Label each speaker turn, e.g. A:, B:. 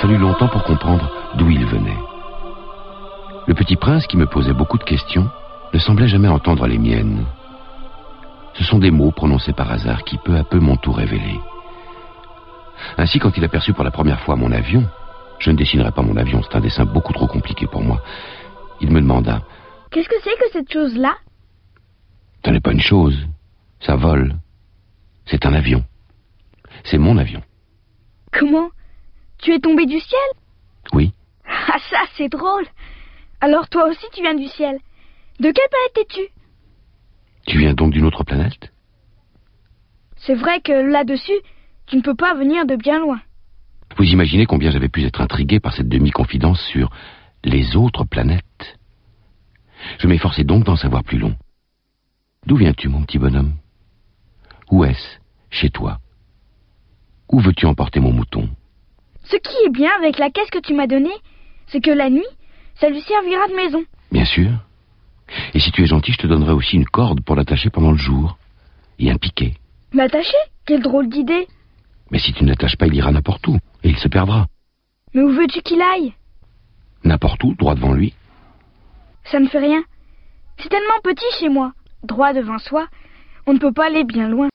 A: fallut longtemps pour comprendre d'où il venait. Le petit prince, qui me posait beaucoup de questions, ne semblait jamais entendre les miennes. Ce sont des mots prononcés par hasard qui peu à peu m'ont tout révélé. Ainsi, quand il aperçut pour la première fois mon avion, je ne dessinerai pas mon avion, c'est un dessin beaucoup trop compliqué pour moi. Il me demanda
B: Qu'est-ce que c'est que cette chose-là
A: Ce n'est pas une chose, ça vole. C'est un avion. C'est mon avion.
B: Comment Tu es tombé du ciel
A: Oui,
B: Ah ça, c'est drôle Alors toi aussi tu viens du ciel. De quelle planète es-tu
A: tu viens donc d'une autre planète
B: C'est vrai que là-dessus, tu ne peux pas venir de bien loin.
A: Vous imaginez combien j'avais pu être intrigué par cette demi-confidence sur les autres planètes. Je m'efforçais donc d'en savoir plus long. D'où viens-tu, mon petit bonhomme Où est-ce Chez toi Où veux-tu emporter mon mouton
B: Ce qui est bien avec la caisse que tu m'as donnée, c'est que la nuit, ça lui servira de maison.
A: Bien sûr. Et si tu es gentil, je te donnerai aussi une corde pour l'attacher pendant le jour. Et un piquet.
B: M'attacher Quelle drôle d'idée
A: Mais si tu ne l'attaches pas, il ira n'importe où. Et il se perdra.
B: Mais où veux-tu qu'il aille
A: N'importe où, droit devant lui.
B: Ça ne fait rien. C'est tellement petit chez moi. Droit devant soi, on ne peut pas aller bien loin.